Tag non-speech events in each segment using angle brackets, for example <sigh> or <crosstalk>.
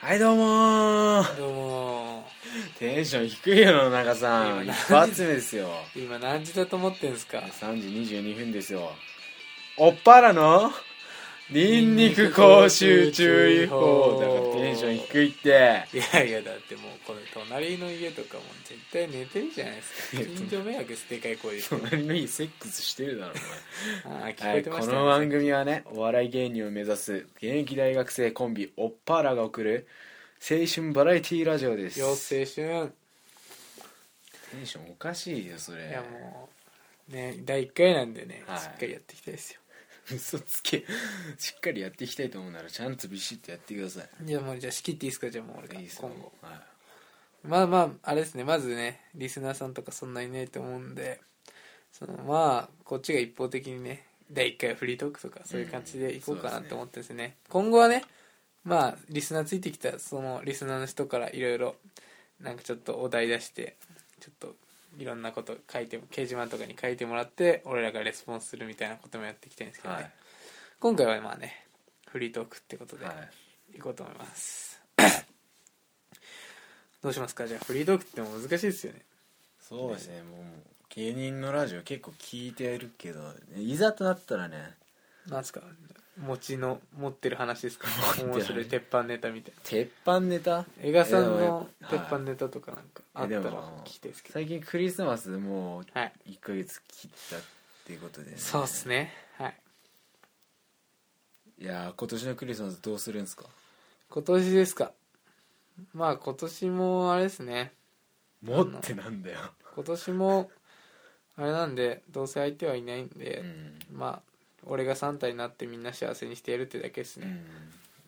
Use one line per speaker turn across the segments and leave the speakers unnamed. はいどうもー
どうも
テンション低いよ野中さん一
今
発目ですよ
ー今何時だと思ってんすか
3時22分ですよおっぱらのニンニク講習注意報だからテンション低いって
いやいやだってもうこれ隣の家とかも絶対寝てるじゃないですか
いや
近所迷惑ですでかい声で言って
隣の家セックスしてるだろ
あー
お前、
聞
は
こ
い、
えてま
こ
した
の番組はねお笑い芸人を目指す現役大学生コンビおっぱらが送る青春バラエティラジオです
妖精春
テンションおかしいよそれ
いやもうね第1回なんでね、
はい
しっかりやっていきたいですよ
嘘つけしっかりやっていきたいと思うならちゃんとビシッとやってください
じゃあもうじゃあ仕切っていいですかじゃあもう俺が
いいっす
今
よ
後
は
まあまああれですねまずねリスナーさんとかそんないないと思うんでそのまあこっちが一方的にね第1回はフリートークとかそういう感じでいこうかな
うん
と思ってですね,、今後はねまあリスナーついてきたそのリスナーの人からいろいろなんかちょっとお題出してちょっといろんなこと書いて掲示板とかに書いてもらって俺らがレスポンスするみたいなこともやっていきたいんですけどね、
はい
今回はまあねフリートークってこと
い
で、
はい
いこうと思います <coughs> どうしますかじゃあフリートークっても難しいですよね
そうですねもう芸人のラジオ結構聞いてるけどいざとなったらね
なんですか持ちの持ってる話ですか
ってる
面白い鉄板ネタみたい
鉄板ネタ
な映画さんの
いや
鉄板
はい
ネタとかなんかあった
い
ら
やでも
聞きたいですけど
最近クリスマスもう
はい
1ヶ月切ったっていうことで、ね、
そうっすねはい
いやー今年のクリスマスどうするんですか
今年ですかまあ今年もあれですね
もうってなんだよ、
今年もあれなんでどうせ相手はいないんで
う、ん
まあ俺が3体になってみんな幸せにしてやるってだけです
う
ね、
ん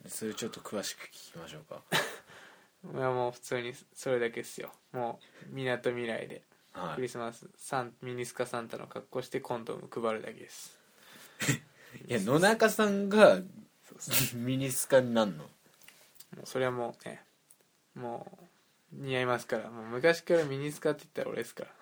それちょっと詳しく聞きましょうか
いやもう普通にそれだけですよもうみなとみらいで
は
ク
い
リスマスサンミニスカサンタの格好してコンドーム配るだけです
<laughs> いや野中さんがミニスカになんの
もうそれはもうねもう似合いますからもう昔からミニスカって言ったら俺ですから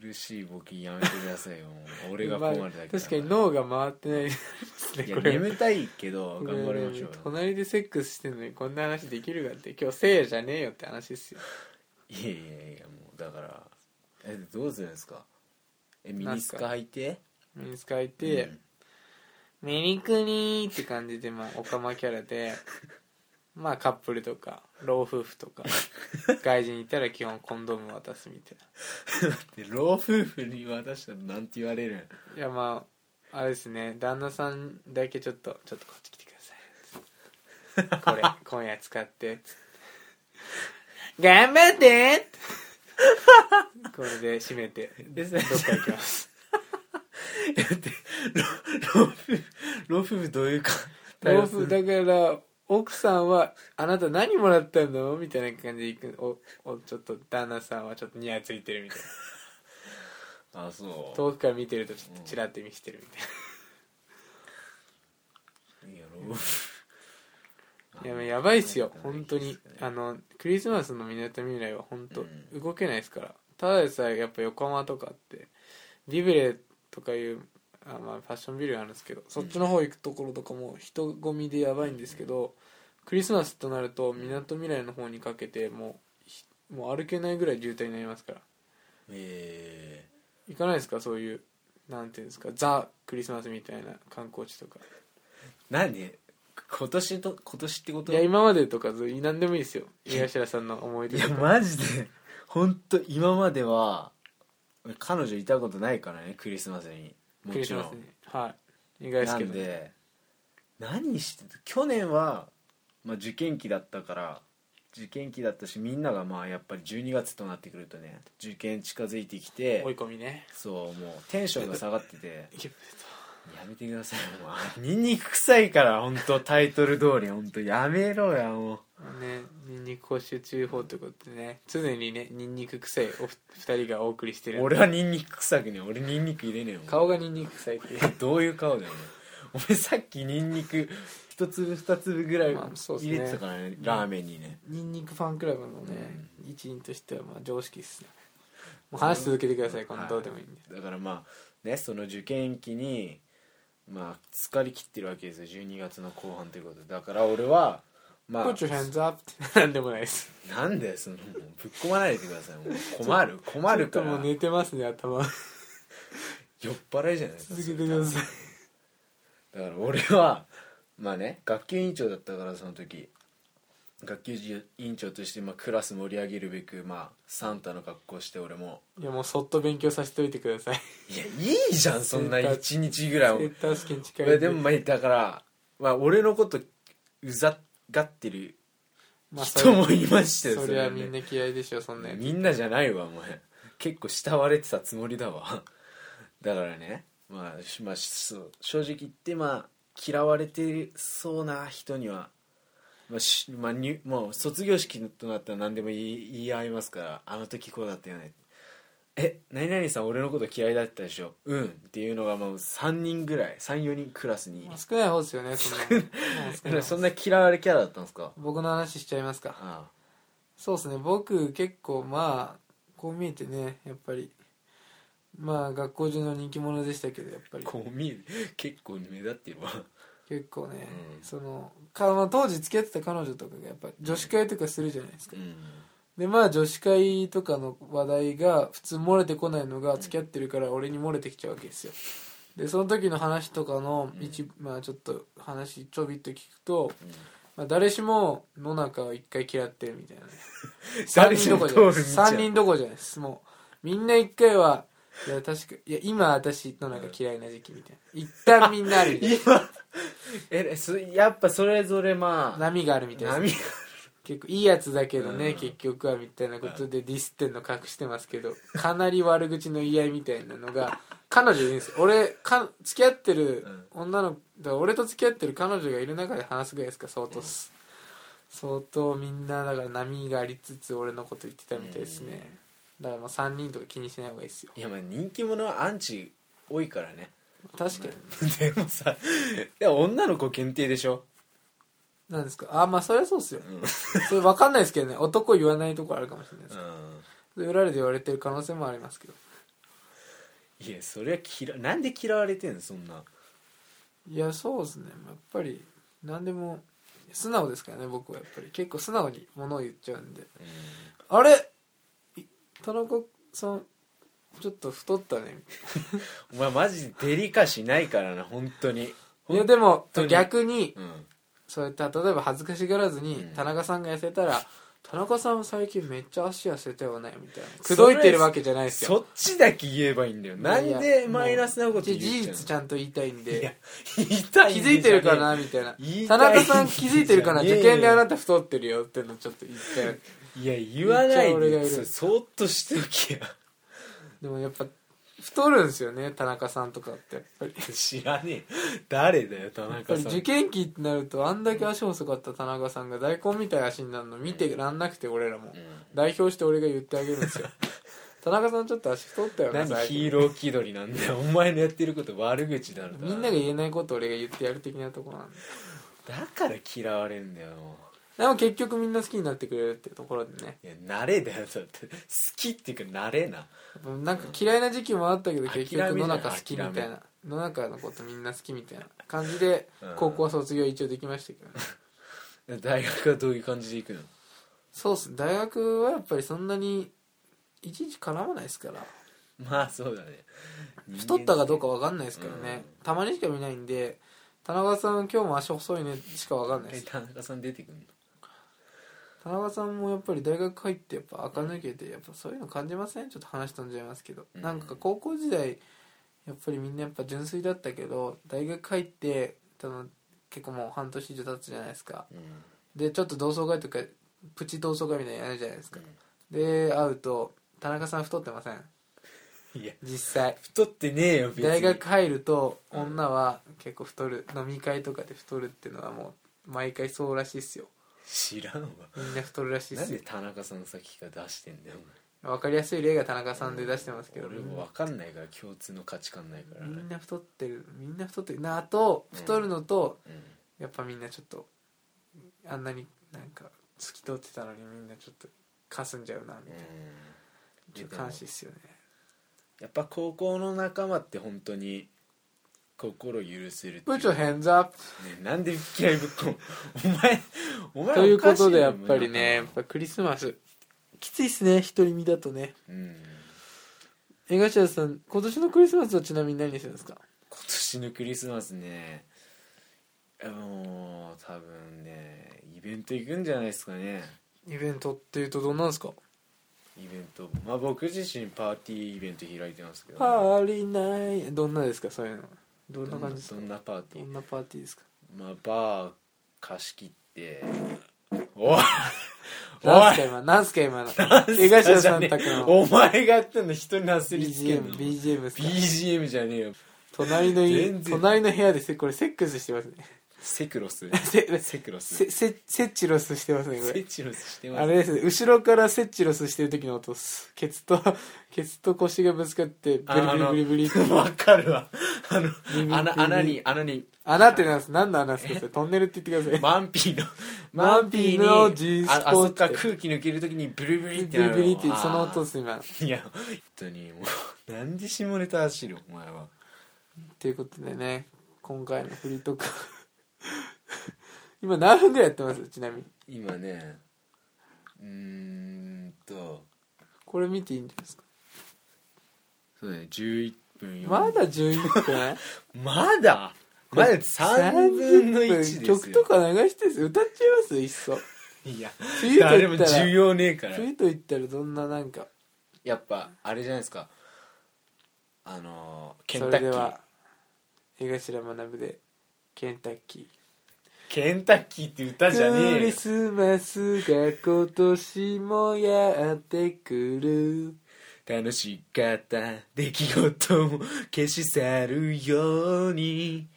苦しい募金やめてくださいよもう俺が困るだけだ
ま
ら
あ確かに脳が回ってないですね
いや
これ
眠たいけど
これ
頑張りましょうよ
隣でセックスしてんのにこんな話できるかって今日せいやじゃねえよって話ですよ
いやいやいやもうだからえどうするんですかえミニスカ履いて
ミニスカ履いて、
うん
メリクリーって感じで、まあ、オカマキャラで、まあ、カップルとか、老夫婦とか、外人いたら基本コンドーム渡すみたい
で老夫婦に渡したらなんて言われるん
な。いや、まあ、あれですね、旦那さんだけちょっと、ちょっとこっち来てください。これ、今夜使って。頑張ってこれで締めて、ど
で
っか行きます。
だって老老夫婦老夫婦どういうか
老夫だから奥さんは「あなた何もらったんだの?」みたいな感じでいくおおちょっと旦那さんはちょっとニヤついてるみたいな
あそ
遠くから見てるとちょっとチラって見せてるみたいう
いや老夫婦
な、いややばいっすよ本当
いい
に
っすね
あのクリスマスの港未来は本当
うん
動けないですから、ただでさえやっぱ横浜とかってビブレとかいうあ、まあ、ファッションビルがあるんですけどそっちの方行くところとかも人混みでやばいんですけど、クリスマスとなると港未来の方にかけてもうひもう歩けないぐらい渋滞になりますから
え
行かないですかそういうなんていうんですかザ・クリスマスみたいな観光地とか
ー、何今年と今年ってこと
いや今までとかず何でもいいですよ井頭さんの思い
い
出
や
とか
マジで本当今までは彼女いたことないからねクリスマスにも
クリ
ち
ス
ろ
マスに
ん
はい意外です
な
け
ん
ど
で何してた去年は、まあ、受験期だったから受験期だったしみんながまあやっぱり12月となってくるとね受験近づいてきて
追い込みね
そうもうテンションが下がってて
いけ
やめてくださいもうニンニク臭いから本当タイトル通り本当やめろやもう
ねニンニク講習注意報ということでね常にねニンニク臭いおふ二人がお送りしてる
俺はニンニク臭くねえ俺ニンニク入れねえよ
顔がニンニク臭いっていう
どういう顔だよねお前さっきニンニク一粒二粒ぐらい
まあそうっす
入
ね
れてたからね,、ラーメンにね
ニンニクファンクラブのね一員としてはまあ常識っすねもう話し続けてください今度どうでもいいんで
だからまあねその受験期にまあ疲れ切ってるわけですよ12月の後半ということでだから俺はま
Put your hands up ってなんでもないです
なんでそのもうぶっ込まないでくださいもう困る困るから
ちょっともう寝てますね頭
酔っ払いじゃないですか
続けてください
だから俺はまあね学級委員長だったからその時学級委員長としてまあクラス盛り上げるべくまあサンタの格好して俺も
いやもうそっと勉強させておいてください
いやいいじゃんそんな
センター
1日ぐらい
センター試験近いん
いやでもまあだから、まあ、俺のことうざがってる
まあそ
人
れ
もいましたよ
それはみ
ね
んな嫌いでしょそんなやつ
みんなじゃないわお前結構慕われてたつもりだわだからね、まあ、しまあそう正直言ってまあ嫌われてそうな人には、まあしまあ、入もう卒業式となったら何でも言い言い合いますからあの時こうだったよねえ何々さん俺のこと嫌いだったでしょうんっていうのがもう3人ぐらい34人クラスに
まあ少ない方ですよねそんなもう少ない方
そんな嫌われキャラだったんですか
僕の話しちゃいますか
あ
そうですね僕結構まあこう見えてねやっぱりまあ学校中の人気者でしたけどやっぱ
あ
り
こう見え結構目立ってるわ
結構ね、
うん
そのか、まあ、当時付き合ってた彼女とかがやっぱ女子会とかするじゃないですか
うん
でまあ女子会とかの話題が普通漏れてこないのが付き合ってるから俺に漏れてきちゃうわけですよでその時の話とかの一、まあちょっと話ちょびっと聞くと、
うん
まあ、誰しも野中を一回嫌ってるみたいなね <laughs> 三
誰
人
し
ど
も
ころ
通
じ
る道
ゃな
や
い三人どころじゃないですもうみんな一回はいや確かいや今私野中嫌いな時期みたいな一旦みんなあるみたい
今えそやっぱそれぞれま
な
あ
波があるみたいな
波
結構いいやつだけどね、
うん
結局はみたいなことでディスってんの隠してますけどかなり悪口の言い合いみたいなのが彼女いるんですよ俺か付き合ってる女の子、だから俺と付き合ってる彼女がいる中で話すぐらいですか相当す、相当みんなだから波がありつつ俺のこと言ってたみたいですね、だからまあ3人とか気にしない方がいいですよ
いやまあ人気者はアンチ多いからね <laughs>
確かに
でもさでも女の子限定でしょ、
なんですかあまあそれはそうっすよ
うん
それ分かんないですけどね男言わないとこあるかもしれないです
う
それ裏で言われてる可能性もありますけど
ん、いやそれは嫌なんで嫌われてんのそんない
やそうですねやっぱり何でも素直ですからね僕はやっぱり結構素直に物を言っちゃうんであれい田中さんちょっと太ったね
お前マジでデリカシーないからな本当に
いやでも
当に
逆に
うん
そうやって例えば恥ずかしがらずに
うん
田中さんが痩せたら「田中さん最近めっちゃ足痩せたよね」みたいな口説いてるわけじゃないです
そ
よ
っちだけ言えばいいんだよなんでマイナスなこと言っ
いや事実
ち
ち
ゃ
ゃんと言いたいん
うのいや
で
<laughs> 痛い
<laughs> 気
ん
づい
で
て
しょ
るかなみたいな
言いた
田
い
中さん気づいてるかな
じゃねえ
受
よ
験であなた太ってるよってのちょっと言って
いや言わない
めっちゃ俺がい
で
る
そそーっとしておきや
でもやっぱ太るんですよね田中さんとかってやっぱり
知らねえ誰だよ田
やっぱ
中
り
さん
受験期ってなるとあんだけ足細かった田中さんが大根みたいな足になるの見てらんなくて俺らも
うん
代表して俺が言ってあげるん
<laughs>
ですよ田中さんちょっと足太ったよね
何
最
ヒー
近
ロー気取りなんだよお前のやってること悪口だろ
みんなが言えないこと俺が言ってやる的なところなんで
だから嫌われんだよ
でも結局みんな好きになってくれるってところでね
いや慣れだよだって好きっていうか慣れな
やっぱなんか嫌いな時期もあったけど結
諦
局
め
野
だよ
中好きみたい
諦
な野中のことみんな好きみたいな感じで
うん
高校は卒業一応できましたけどね
大学はどういう感じで行くの
そうっす大学はやっぱりそんなにいちいち絡まないですから
まあそうだね
太ったかどうか分かんないですからね、
う
たまにしか見ないんで田中さん今日も足細いねしか分かんないで
え
す
田中さん出てくんの
田中さんもやっぱり大学入ってやっぱ垢抜けてやっぱそういうの感じませんちょっと話飛んじゃいますけど、
うん
なんか高校時代やっぱりみんなやっぱ純粋だったけど大学入って多分結構もう半年以上経つじゃないですか
うん
でちょっと同窓会とかプチ同窓会みたいなのやるじゃないですか、で会うと田中さん太ってません
いや
実際
太ってねえよ別に
大学入ると女は結構太る飲み会とかで太るっていうのはもう毎回そうらしいっすよ
知らんわ
みんな太るらしいっ
なん
す
で
よ
田中さんの先から出してんだよお前
分かりやすい例が田中さんで出してますけど
俺も分かんないから共通の価値観ないから
みん
ね
な太ってるみんな太ってるなあと太るのと
うん
やっぱみんなちょっとあんなになんか透き通ってたのにみんなちょっとかすんじゃうなみたいなちょっと
でも
悲しいっすよね
やっぱ高校の仲間って本当に心許せるっていう
宇宙変座
ね、なんで嫌いぶっこんお前お前
<laughs> という
おか
こ
しいよ
とでやっぱりねや
お
っ
前
ぱクリスマスきついっすね独り身だとね
うん
江頭さん今年のクリスマスはちなみに何してるんですか
今年のクリスマスねあのー多分ねイベント行くんじゃないですかね
イベントっていうとどんなんですか
イベントまあ僕自身パーティーイベント開いてますけど、
パーリーないどんなですかそういうのどんな感じです
ど
か
んなパーテ
ど
ィー
んなパーティーですか
まあバー貸し切っておいお
なんす
い
か今なんすか今の江頭さん宅の
お前がやったの人になすりつけんの
BGM BGM ですか
BGM じゃねえよ
隣の家
全然
隣の部屋でせこれセックスしてますね
セクロ
<laughs>
ス
せ
<laughs> セクロス
せせセチロスしてますねこ
セ
れ
チロスしてます
あれですね後ろからセチロスしてる時の音っすケツと <laughs> ケツと腰がぶつかってブリブリブリブリって
わかるわあの
ブリブリ
穴穴に穴に
穴ってなんです何の穴ですかそれトンネルって言ってください
マンピ
<laughs>
ーの
マンピーの G
ああ
スポ
そ
ー
っ
ツ
か空気抜けるときにブリブリって
ブリブリって
なる
その音
あ
っす今
ーいや本当にもうなんで下ネタ走るお前は
ということでね今回のフリートーク <laughs> 今何分ぐらいやってますちなみに
今ねうーんと
これ見ていいんじゃないですか
そうだね11分4
まだ11分
まだ <laughs> まだ3分の1ですよ
曲とか流してです歌っちゃいますいっそ
いや
冬と
誰
言
も
った
需
ら
要ねえから
冬と言ったらどんななんか
やっぱあれじゃないですかあのーケ
そ
ンタ
れ
ッキ
で
ー
は江頭学でケンタッキー
ケンタッキーって歌じゃね
ク
え
リ
よ
スマスが今年もやってくる
楽しかった出来事も消し去るように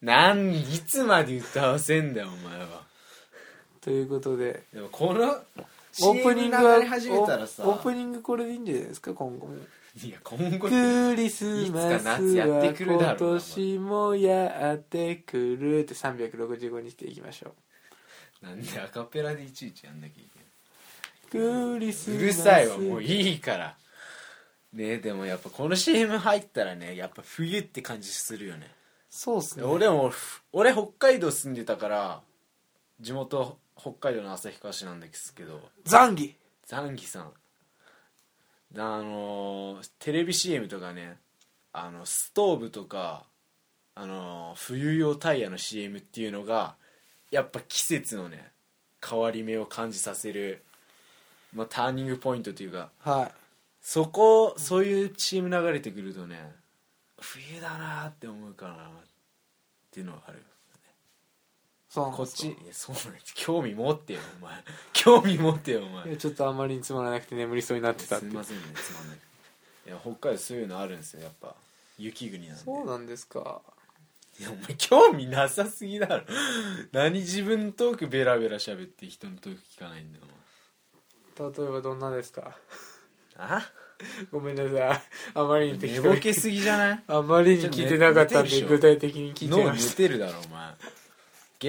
なんいつまで歌わせんだよお前は
ということで
でもこの
オープニングは
流れ始めたらさ
オオープニングこれでいいんじゃないですか今後も
いや今後
クリスマスは今年もやってくるって365にしていきましょ
なんでアカペラでいちいちやんなきゃいけないう
クリスマ
う
ス
るさいわもういいからねでもやっぱこの CM 入ったらねやっぱ冬って感じするよね
そうっすね
俺も俺北海道住んでたから地元北海道の旭川市なんですけど
ザンギ
ザンギさんあのーテレビ CM とかねあのストーブとか、あのー冬用タイヤの CM っていうのがやっぱ季節のね変わり目を感じさせる、まあ、ターニングポイントというか
はい
そこそういう CM 流れてくるとね冬だなーって思うかなっていうのはある
そうなん
こ
で
っ
すか
ちいやそうなんです興味持ってよお前 <laughs> 興味持ってよお前
いやちょっとあんまりにつまらなくて眠りそうになってたっ
す
て
みませんねつまんないいや北海道そういうのあるんですよやっぱ雪国なんで
そうなんですか
いやお前興味なさすぎだろ <laughs> 何自分のトークベラベラ喋って人のトーク聞かないんだよ
例えばどんなですか <laughs>
お前あ
ごめんなさいあまりに適
寝
当
ぼ
に
けすぎじゃない
あまりに聞いてなかったん
ち
で
ょっと
具
寝て
体的 <laughs> に聞いちゃい
脳
ま
寝
して
るだろお前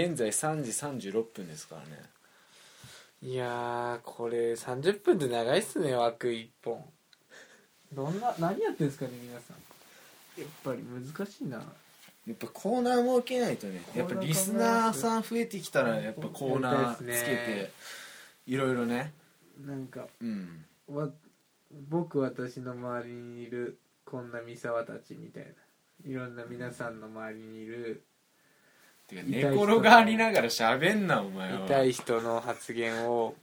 現在3時36分ですからね
たいやーこれ30分って長いっすね枠1本どんな何やってんですかね皆さんやっぱり難しいな
やっぱコーナー設けないとねやっぱリスナーさん増えてきたらやっぱコーナーつけ
やりたいで
ていろいろね
なんか
うん
わ僕私の周りにいるこんな三沢たちみたいないろんな皆さんの周りにいる
てか
痛い
寝
人
転がりながら喋んなお前は
痛い人の発言を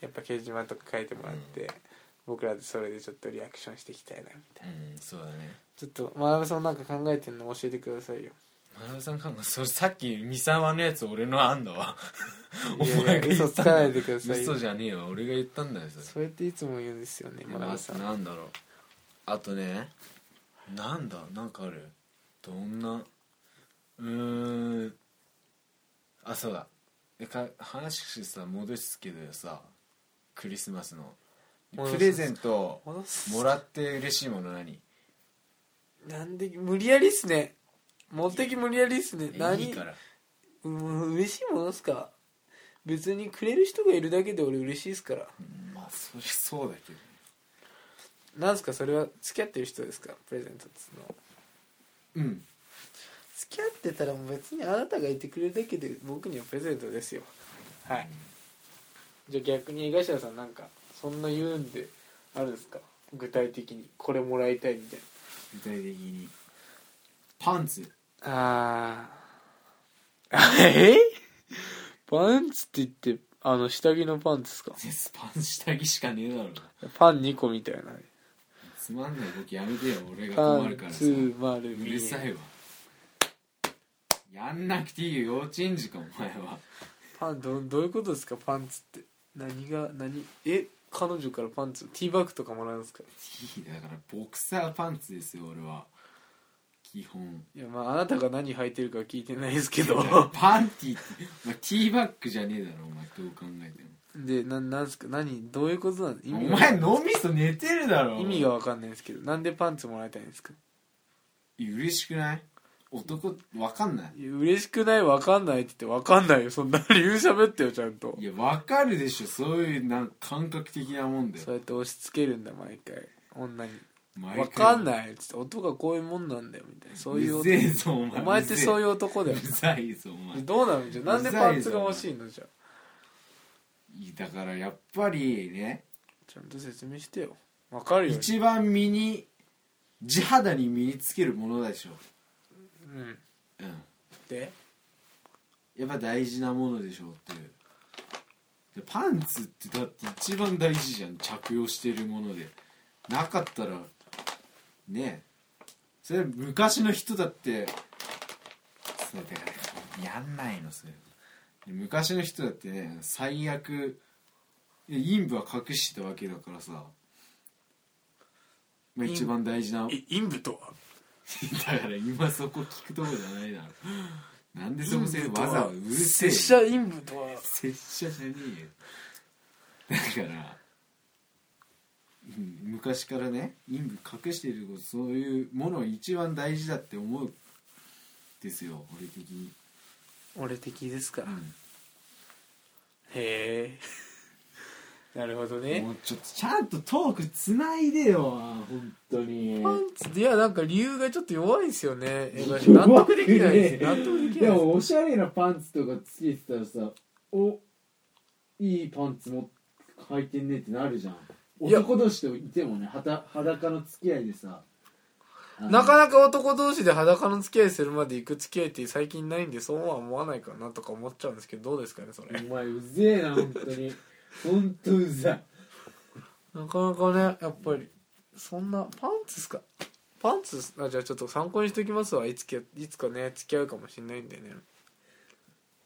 やっぱ掲示板とか書いてもらって、僕らでそれでちょっとリアクションしていきたいなみたいな
うんそうだね
ちょっと学さんなんか考えてるの教えてくださいよ
学さん考えそれさっき三沢のやつ俺の案だわお
いやいや
前が言
嘘
っ
つ
たん
か
だ
ない
よ
でくだ
<laughs>
さいよ
嘘じゃねえよ俺が言ったんだよそれ
それっていつも言うんですよね
ま
学
あ
さん
なんだろうあとねなんだなんかあるどんなうーんあそうだでか話さ戻すけどさクリスマスの
戻す
プレゼント
戻す
もらって嬉しいもの何
なんで無理やりっすね持ってき無理やりっすね何
いいから
うん嬉しいものっすか別にくれる人がいるだけで俺嬉しいっすから
まあそりゃそうだけど
なんすかそれは付き合ってる人ですかプレゼントっつうの
うん
付き合ってたらもう別にあなたがいてくれるだけで僕にはプレゼントですよはいじゃあ逆に東谷さんなんかそんな言うんであるんですか具体的にこれもらいたいみたい
具体的にパンツ
なあー <laughs> えパンツって言ってあの下着のパンツですか
絶パン下着しかねえだろうな
パン2個みたいな
つまんない時やめてよ俺が
パ
困る
ン
からさ
ツー丸
うるさいわやんなくていいよ幼稚園児かお前は
パンどどういうことですかパンツって何が何え彼女からパンツティーバッグとかもらうんですか
いいだからボクサーパンツですよ俺は基本
いやまああなたが何履いてるかは聞いてないですけ
だ
ど
から <laughs> パンティーってお前ティーバッグじゃねえだろお前どう考えても
でななんですか何どういうことなんです意味
お
が
前脳みそ寝てるだろ
意味が分かんないですけどなんでパンツもらいたいんですか
嬉しくない男わかんない
いや嬉しくない分かんないって言って分かんないよそんな理由喋ってよちゃんと
いやわかるでしょそういうなんか感覚的なもんだ
そ
よ
うやって押し付けるんだ毎回女に
毎
分
回
かんないっつって音がこういうもんなんだよみたいなそういう
う
男
ぜえぞお前
お前ってそういうう男だ
う
よ
ぜえうざいぞお前
どうなのじゃあなんでパンツが欲しいのじゃあ
いいだからやっぱりね
ちゃんと説明してよ分かるよ
一番身に地肌に身につけるものでしょ
うん
うん
で
やっぱ大事なものでしょうっていうでパンツってだって一番大事じゃん着用してるものでなかったらねえそれ昔の人だってそうだからやんないのそれで昔の人だってね最悪いや陰部は隠してたわけだからさ、まあ、
陰
一番大事なだか
陰部とは
ら今そこ聞くとこじゃないだろなんでそのせいわざわざうるせえ
拙者陰部とは
拙者じゃねえよだから、うん、昔からね陰部隠してることそういうものを一番大事だって思うですよ俺的に、
俺的ですか
う
へえ <laughs> なるほど
ん、
ね
もうちょっとちゃんとトークつないでよ本当に
パンツでいやなんか理由がちょっと弱いですよね江川 <laughs> 氏納得できないです納得できないです
おしゃれなパンツとかつけてたらさおいいパンツも履いてんねってなるじゃん
いや
同士といてもねはた裸の付き合いでさ
なかなか男同士で裸の付き合いするまで行く付き合いって最近ないんでそうは思わないかなとか思っちゃうんですけどどうですかねそれ
お前うぜえな本当に本当うざい
なかなかねやっぱりそんなパンツっすかパンツっすあじゃあちょっと参考にしておきますわいつきいつかね付き合うかもしんないんでね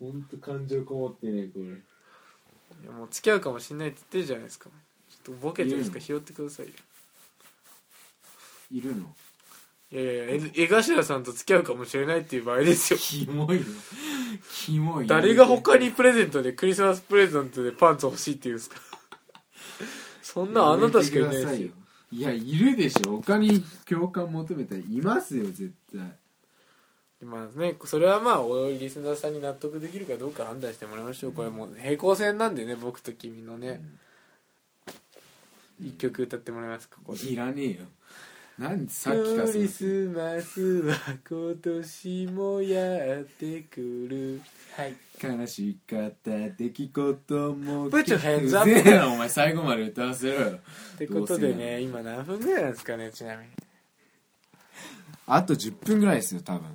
本当感情こもってねこれ
いやもう付き合うかもしんないって言ってるじゃないですかちょっとボケてるんですか
いい
拾ってくださいよ
いるの
いやいやいやえ江頭さんと付き合うかもしれないっていう場合ですよ
キモいのキモい
誰が他にプレゼントでクリスマスプレゼントでパンツ欲しいって言うんですか <laughs> そんなんあなたしかいない
やめてく
で
ださ
す
い
よ
よいやいるでしょ他に共感求めたらいますよ絶対
まあね、それはまあおいリスナーさんに納得できるかどうか判断してもらいましょう、これもう平行線なんでね僕と君のね、一曲歌ってもらえますかここで
いらねえよなんでさっきから
ク
その
リスマスは今年もやってくるはい
悲しかった出来事も
Put your hands up
うぜえなお前最後まで歌わせろよ
ってことで
どうせな
ね
ら
今何分ぐらいなんですかねちなみに
あと10分ぐらいですよ多分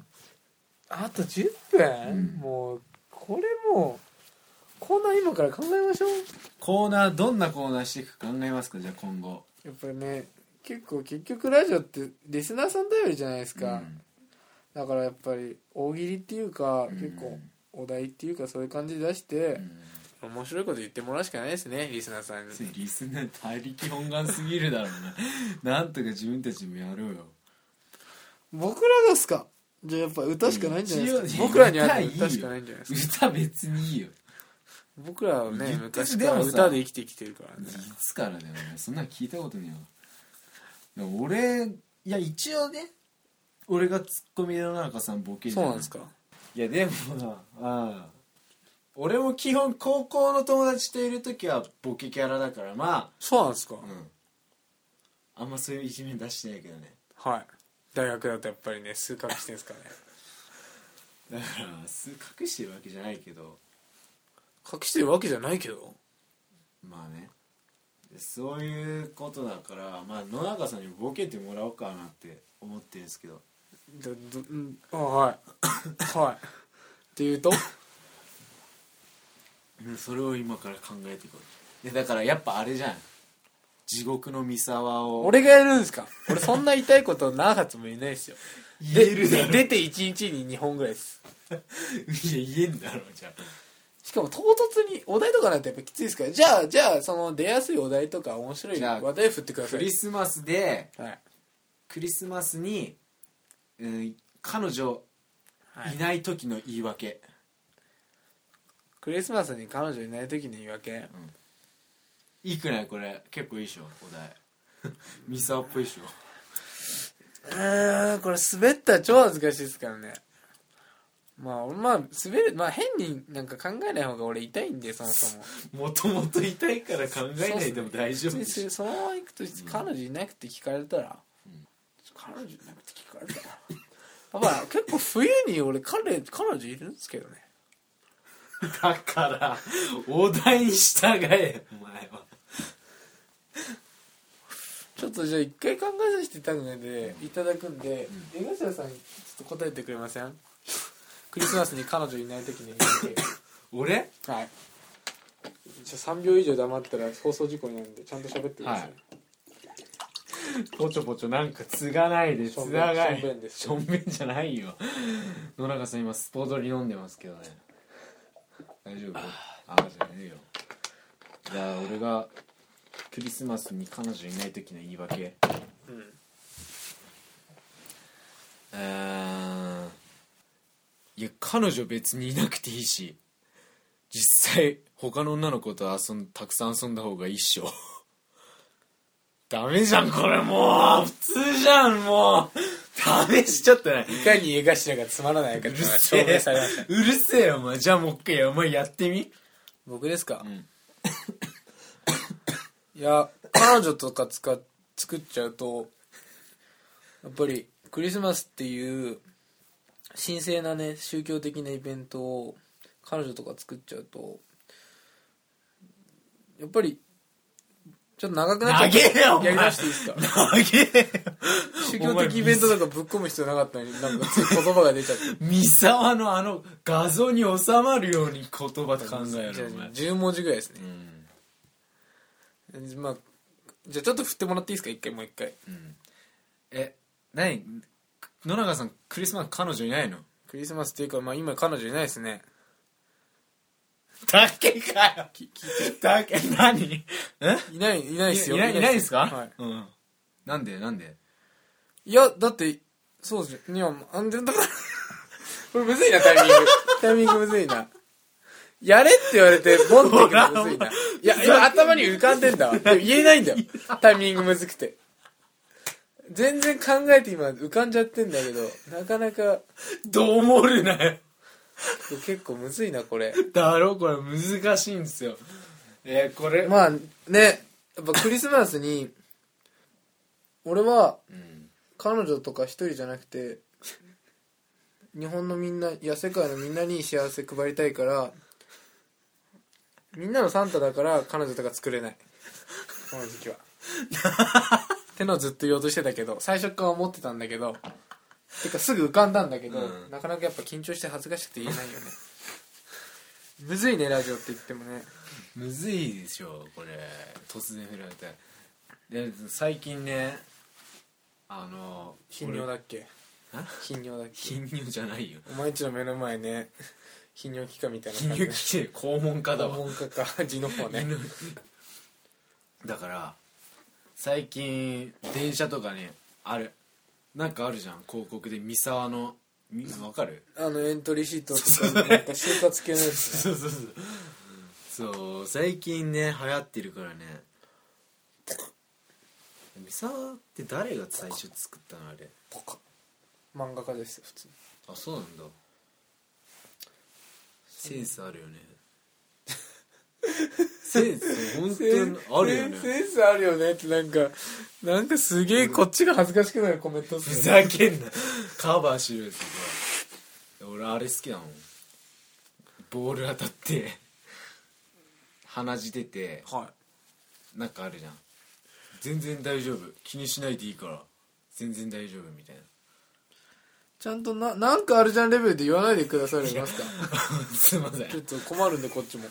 あと10分、
うん
もうこれもうこんな今から考えましょう
コーナーどんなコーナーしていくか考えますかじゃあ今後
やっぱりね結構結局ラジオってリスナーさん頼りじゃないですか、
うん
だからやっぱり大喜利っていうか、
うん
結構お題っていうかそういう感じで出して、面白いこと言ってもらうしかないですねリスナーさんに
リスナー他力本願すぎるだろう <laughs> ななんとか自分たちもやろうよ
僕らがっすかじゃあやっぱ歌しかないんじゃないです
一
か
応
僕らにある
歌いいよ
歌しかないんじゃないですか
歌別にいいよ
僕らはね
言って
昔から
でもさ
歌で生きてきてるから
い
ね
つからだよお前そんなの聞いたことねえわでも俺いや一応ね俺がツッコミの中さんボケじゃ
そうなんですか
いやでもなああ俺も基本高校の友達といる時はボケキャラだからま
そうなんですか、
あうんあんまそういう一面出してないけどね
はい大学だとやっぱりね数学してんすからね
だからす隠してるわけじゃないけど
隠してるわけじゃないけど
まあねそういうことだから、まあ、野中さんにボケてもらおうかなって思ってるんですけど
だどうんあはい <laughs> はいっていうと
うんそれを今から考えていこういやだからやっぱあれじゃん地獄の三沢を
俺がやるんですか俺そんな痛いこと何発も言えないですよ
言えるだ
で
ろ
出て1日に2本ぐらいです
いや言えんだろじゃあ
しかも唐突にお題とかなんてやっぱきついですからじゃあじゃあその出やすいお題とか面白い
じゃあ
話題振ってくださ
ク
い
リスマスで
はい、
クリスマスに、うん、彼女
はい
いない時の言い訳、
クリスマスに彼女いない時に言い訳
い、いくないこれ結構いいでしょお
<laughs>
題三沢っぽいでしょ
うーんこれ滑ったら超恥ずかしいですからねまあ俺まあ滑るまあ変になんか考えない方が俺痛いんでそもそも
もともと痛いから考えないでも大丈夫
そうっ
ですし
ね
ょ
そのまま行くと彼女いなくて聞かれたら、
ん
彼女いなくて聞かれたらやっぱ結構冬に俺彼彼女いるんですけどね
だからお題に従えお前は
ちょっとじゃあ一回考えさせていただくので、いただくんで、江頭さんちょっと答えてくれませんクリスマスに彼女いない時に言い <laughs>
俺
訳はいじゃあ3秒以上黙ったら放送事故になるんでちゃんと喋ってください、
はいぽちょぽちょなんかつがないで
しょん
つ
べん
がない
しょんべんです
しょんべんじゃないよ野中さん今スポドリ飲んでますけどね大丈夫ああじゃねえよじゃあ俺がクリスマスに彼女いない時の言い訳
うん
うーんいや彼女別にいなくていいし実際他の女の子と遊んたくさん遊んだ方がいいっしょダメじゃんこれもう普通じゃんもうダメしちゃったね
いかに江頭がつまらないか
う
っ
る
ていうの
せえ
が証明されました
うるせえよお前じゃあもう一回お前やってみ
僕ですか、
ん
<coughs> いや彼女とか使っ作っちゃうとやっぱりクリスマスっていう神聖なね宗教的なイベントを彼女とか作っちゃうとやっぱりちょっと長くなっちゃう
長えよお前
やり直していいですか
投げ
宗教的イベントとかぶっ込む必要なかったのになんかつい言葉が出ちゃって
三沢のあの画像に収まるように言葉考え
じゃ
ろ
あ
お前
10文字ぐらいですね
う、ん
まあじゃあちょっと振ってもらっていいですか一回もう一回
うんえ何野永さんクリスマス彼女いないの
クリスマスっていうか、まあ、今彼女いないですね
だけかよだけ何え
いないいないですよ
いないいないですか、
はい、
うんなんでなんで
いやだってそうですねいや安全だから <laughs> これむずいなタイミ
<laughs>
ングタイミングむずいなやれって言われてボンっていくのむずい
<laughs>
ないや今頭に浮かんでんだわでも言えないんだよタイミングむずくて全然考えて今浮かんじゃってんだけどなかなか
どう思るなよ
結構むずいなこれ
だろこれ難しいんですよえーこれ
まあねやっぱクリスマスに俺は
うん
彼女とか一人じゃなくて日本のみんないや世界のみんなに幸せ配りたいからみんなのサンタだから彼女とか作れないこの時
<laughs>
期はってのをずっと言おうとしてたけど最初から思ってたんだけどてかすぐ浮かんだんだけど、
うん
なかなかやっぱ緊張して恥ずかしくて言えないよねむずいねラジオって言ってもね
むずいでしょこれ突然振られてで最近ねあの
頻尿だっけ
俺あ
頻尿だっけ
貧乳じゃないよ
お前んちの目の前ね頻尿器科みたいな
貧乳来
<laughs>
て肛門家だわ <laughs>
門家か地の方ね
だから最近電車とかねあるなんかあるじゃん広告で三沢のみわかる
あのエントリーシートとかなんか就活系のやつね
そうそうそうそう最近ね流行ってるからね三沢って誰が最初作ったのあれ
漫画家ですよ普通に
あそうなんだセンスあるよね <laughs> センス本当にあるよね
センスあるよねってなんかなんかすげえこっちが恥ずかしくなるコメントっ
ふ
すね
ざけんなカバーしろよそこ俺あれ好きだもんボール当たって鼻血出て
は
なんかあるじゃん全然大丈夫気にしないでいいから全然大丈夫みたいない
ちゃんとななんかあるじゃんレベルで言わないでくださるいますか
<laughs> すいません
ちょっと困るんでこっちも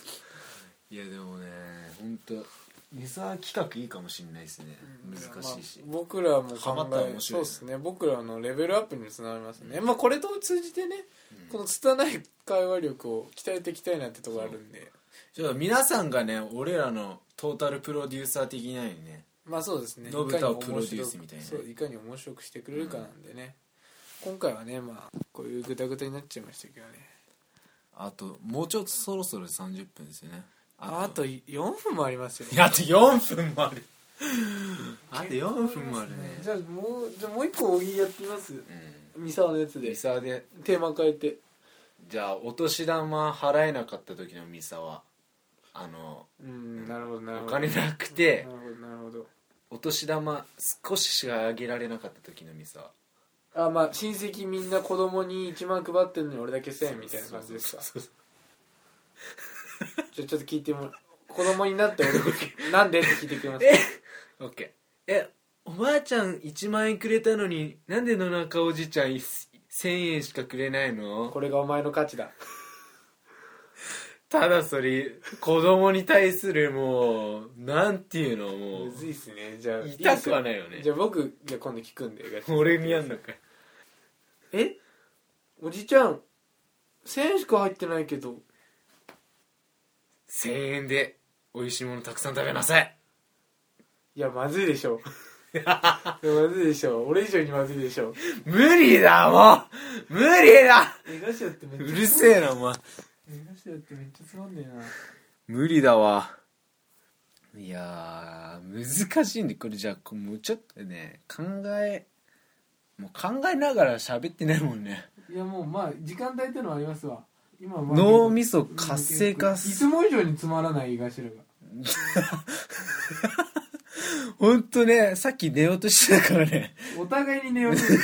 いやでもね本当湯沢企画いいかもしんないですね難しいし、
まあ僕らも
ハマ
考
ったら
え
面
そう
白いね
ですね僕らのレベルアップにもつながりますね、まあこれと通じてね、この拙い会話力を鍛えていきたいなってところあるんで
ちょっと皆さんがね俺らのトータルプロデューサー的なのにね
まあそうですね
のぶたをプロデュースみたいな
そういかに面白くしてくれるかなんでね、今回はねまあこういうグダグダになっちゃいましたけどね
あともうちょっとそろそろ30分ですよね
あと4分もありますよ
いやあと4分もあるあと4分もあるね
<laughs> じゃあもうじゃあもう一個大喜利やってみます
うん
三沢のやつで
ミサワで
テーマ変えて
じゃあお年玉払えなかった時のミサはあの
うんなるほどなる
お
ほど
金なく
な
て
るほどなるほど
お年玉少ししかあげられなかった時のミサは
あまあ親戚みんな子供に1万配ってるのに俺だけ1000円みたいな感じです
<laughs>
か
そうそう
じゃあちょっと聞いてもらう子供になって俺だけなんでって聞いてき
<laughs>
ます
そう OK えおばあちゃん1万円くれたのになんで野中おじちゃん1000円しかくれないの
これがお前の価値だ
ただそれ子供に対するもうなんていうのも
む
う
ずいっすねじゃあ
言いたくはないいよ
いっす
ね
じゃあ僕が今度聞くんでガチ
俺にやんのかい
えおじちゃん1000円しか入ってないけど
1000円で美味しいものたくさん食べなさい
いやまずいでしょいやまずいでしょ俺以上にまずいでしょ
無理だもう無理だ
えガシオってめ
う
っちゃ
るせえなお前
えガシオってめっちゃつまんねえな
無理だわいやー難しいんでこれじゃあこうもうちょっとね考えもう考えながら喋ってないもんね
いやもうまあ時間帯ってのはありますわ今はまあ
脳みそ活性化
い
す
つも以上につまらないがしらが
ほんとねさっき寝ようとしてたからね <laughs>
お互いに寝ようとしてる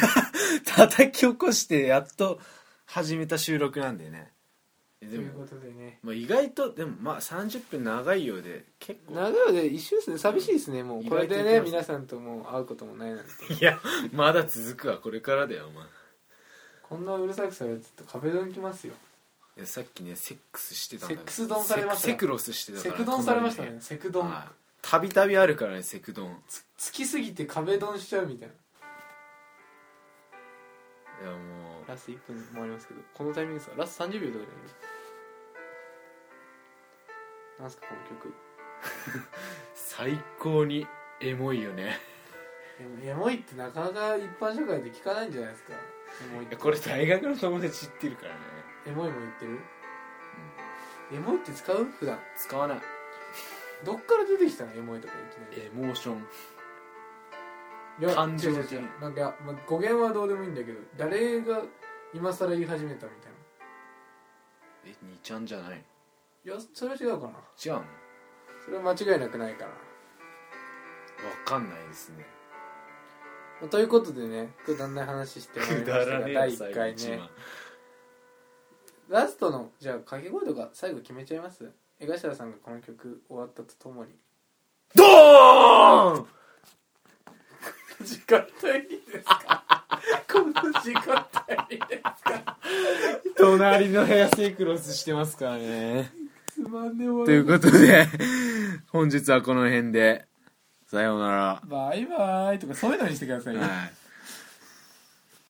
叩き起こしてやっと始めた収録なんでねえ
<laughs> と
で
いう
も
こ、とでね
まあ、意外とでもまあ30分長いようで結構
長いので一周ですね寂しいですねもう
意
こ
外と
れで
いけ
ね
ます
皆さんともう会うこともないなんて
いやまだ続くわこれからだよお前い
こんなうるさくされてちょっと壁ドンきますよ
やさっきねセックスしてたんだけど
セックスドンされました
セクセクロスしてたか
セ
ら
クドンされましたね
隣で
セクドン
はいたびたびあるからねセクドンい
つつきすぎて壁ドンしちゃうみたいな
やも
ラスト1分もありますけどこのタイミングですかラスト30秒とかじゃないなんすかこの曲
う最高にエモいよね
エモエモいってなかなか一般社会で聞かないんじゃないですかエモいっ
い
て
やこれ大学の友達言ってるからね
エモいも言ってる、エモいって使う普段
使わない
どっから出てきたのエモいとかいきなり
エモーション
いや
感情
違う違う
的に
違うなんか、まあ、語源はどうでもいいんだけど誰が今更言い始めたみたい
え2ちゃんじゃない
ないやそれは違うかな
違うのわ
それは間違いなくないから
かんないですね
まあということでねくだらない話してもらい <laughs> ましたが第1回ねラストのじゃあ掛け声とか最後決めちゃいます江頭さんがこの曲終わったとともに
ドーン
時間帯にですか <laughs> この時間帯にですか
隣の部屋セクロスしてますからね
つまんで終わ
ということで本日はこの辺でさようなら
バイバイとかそういうのにしてくださいよ
はい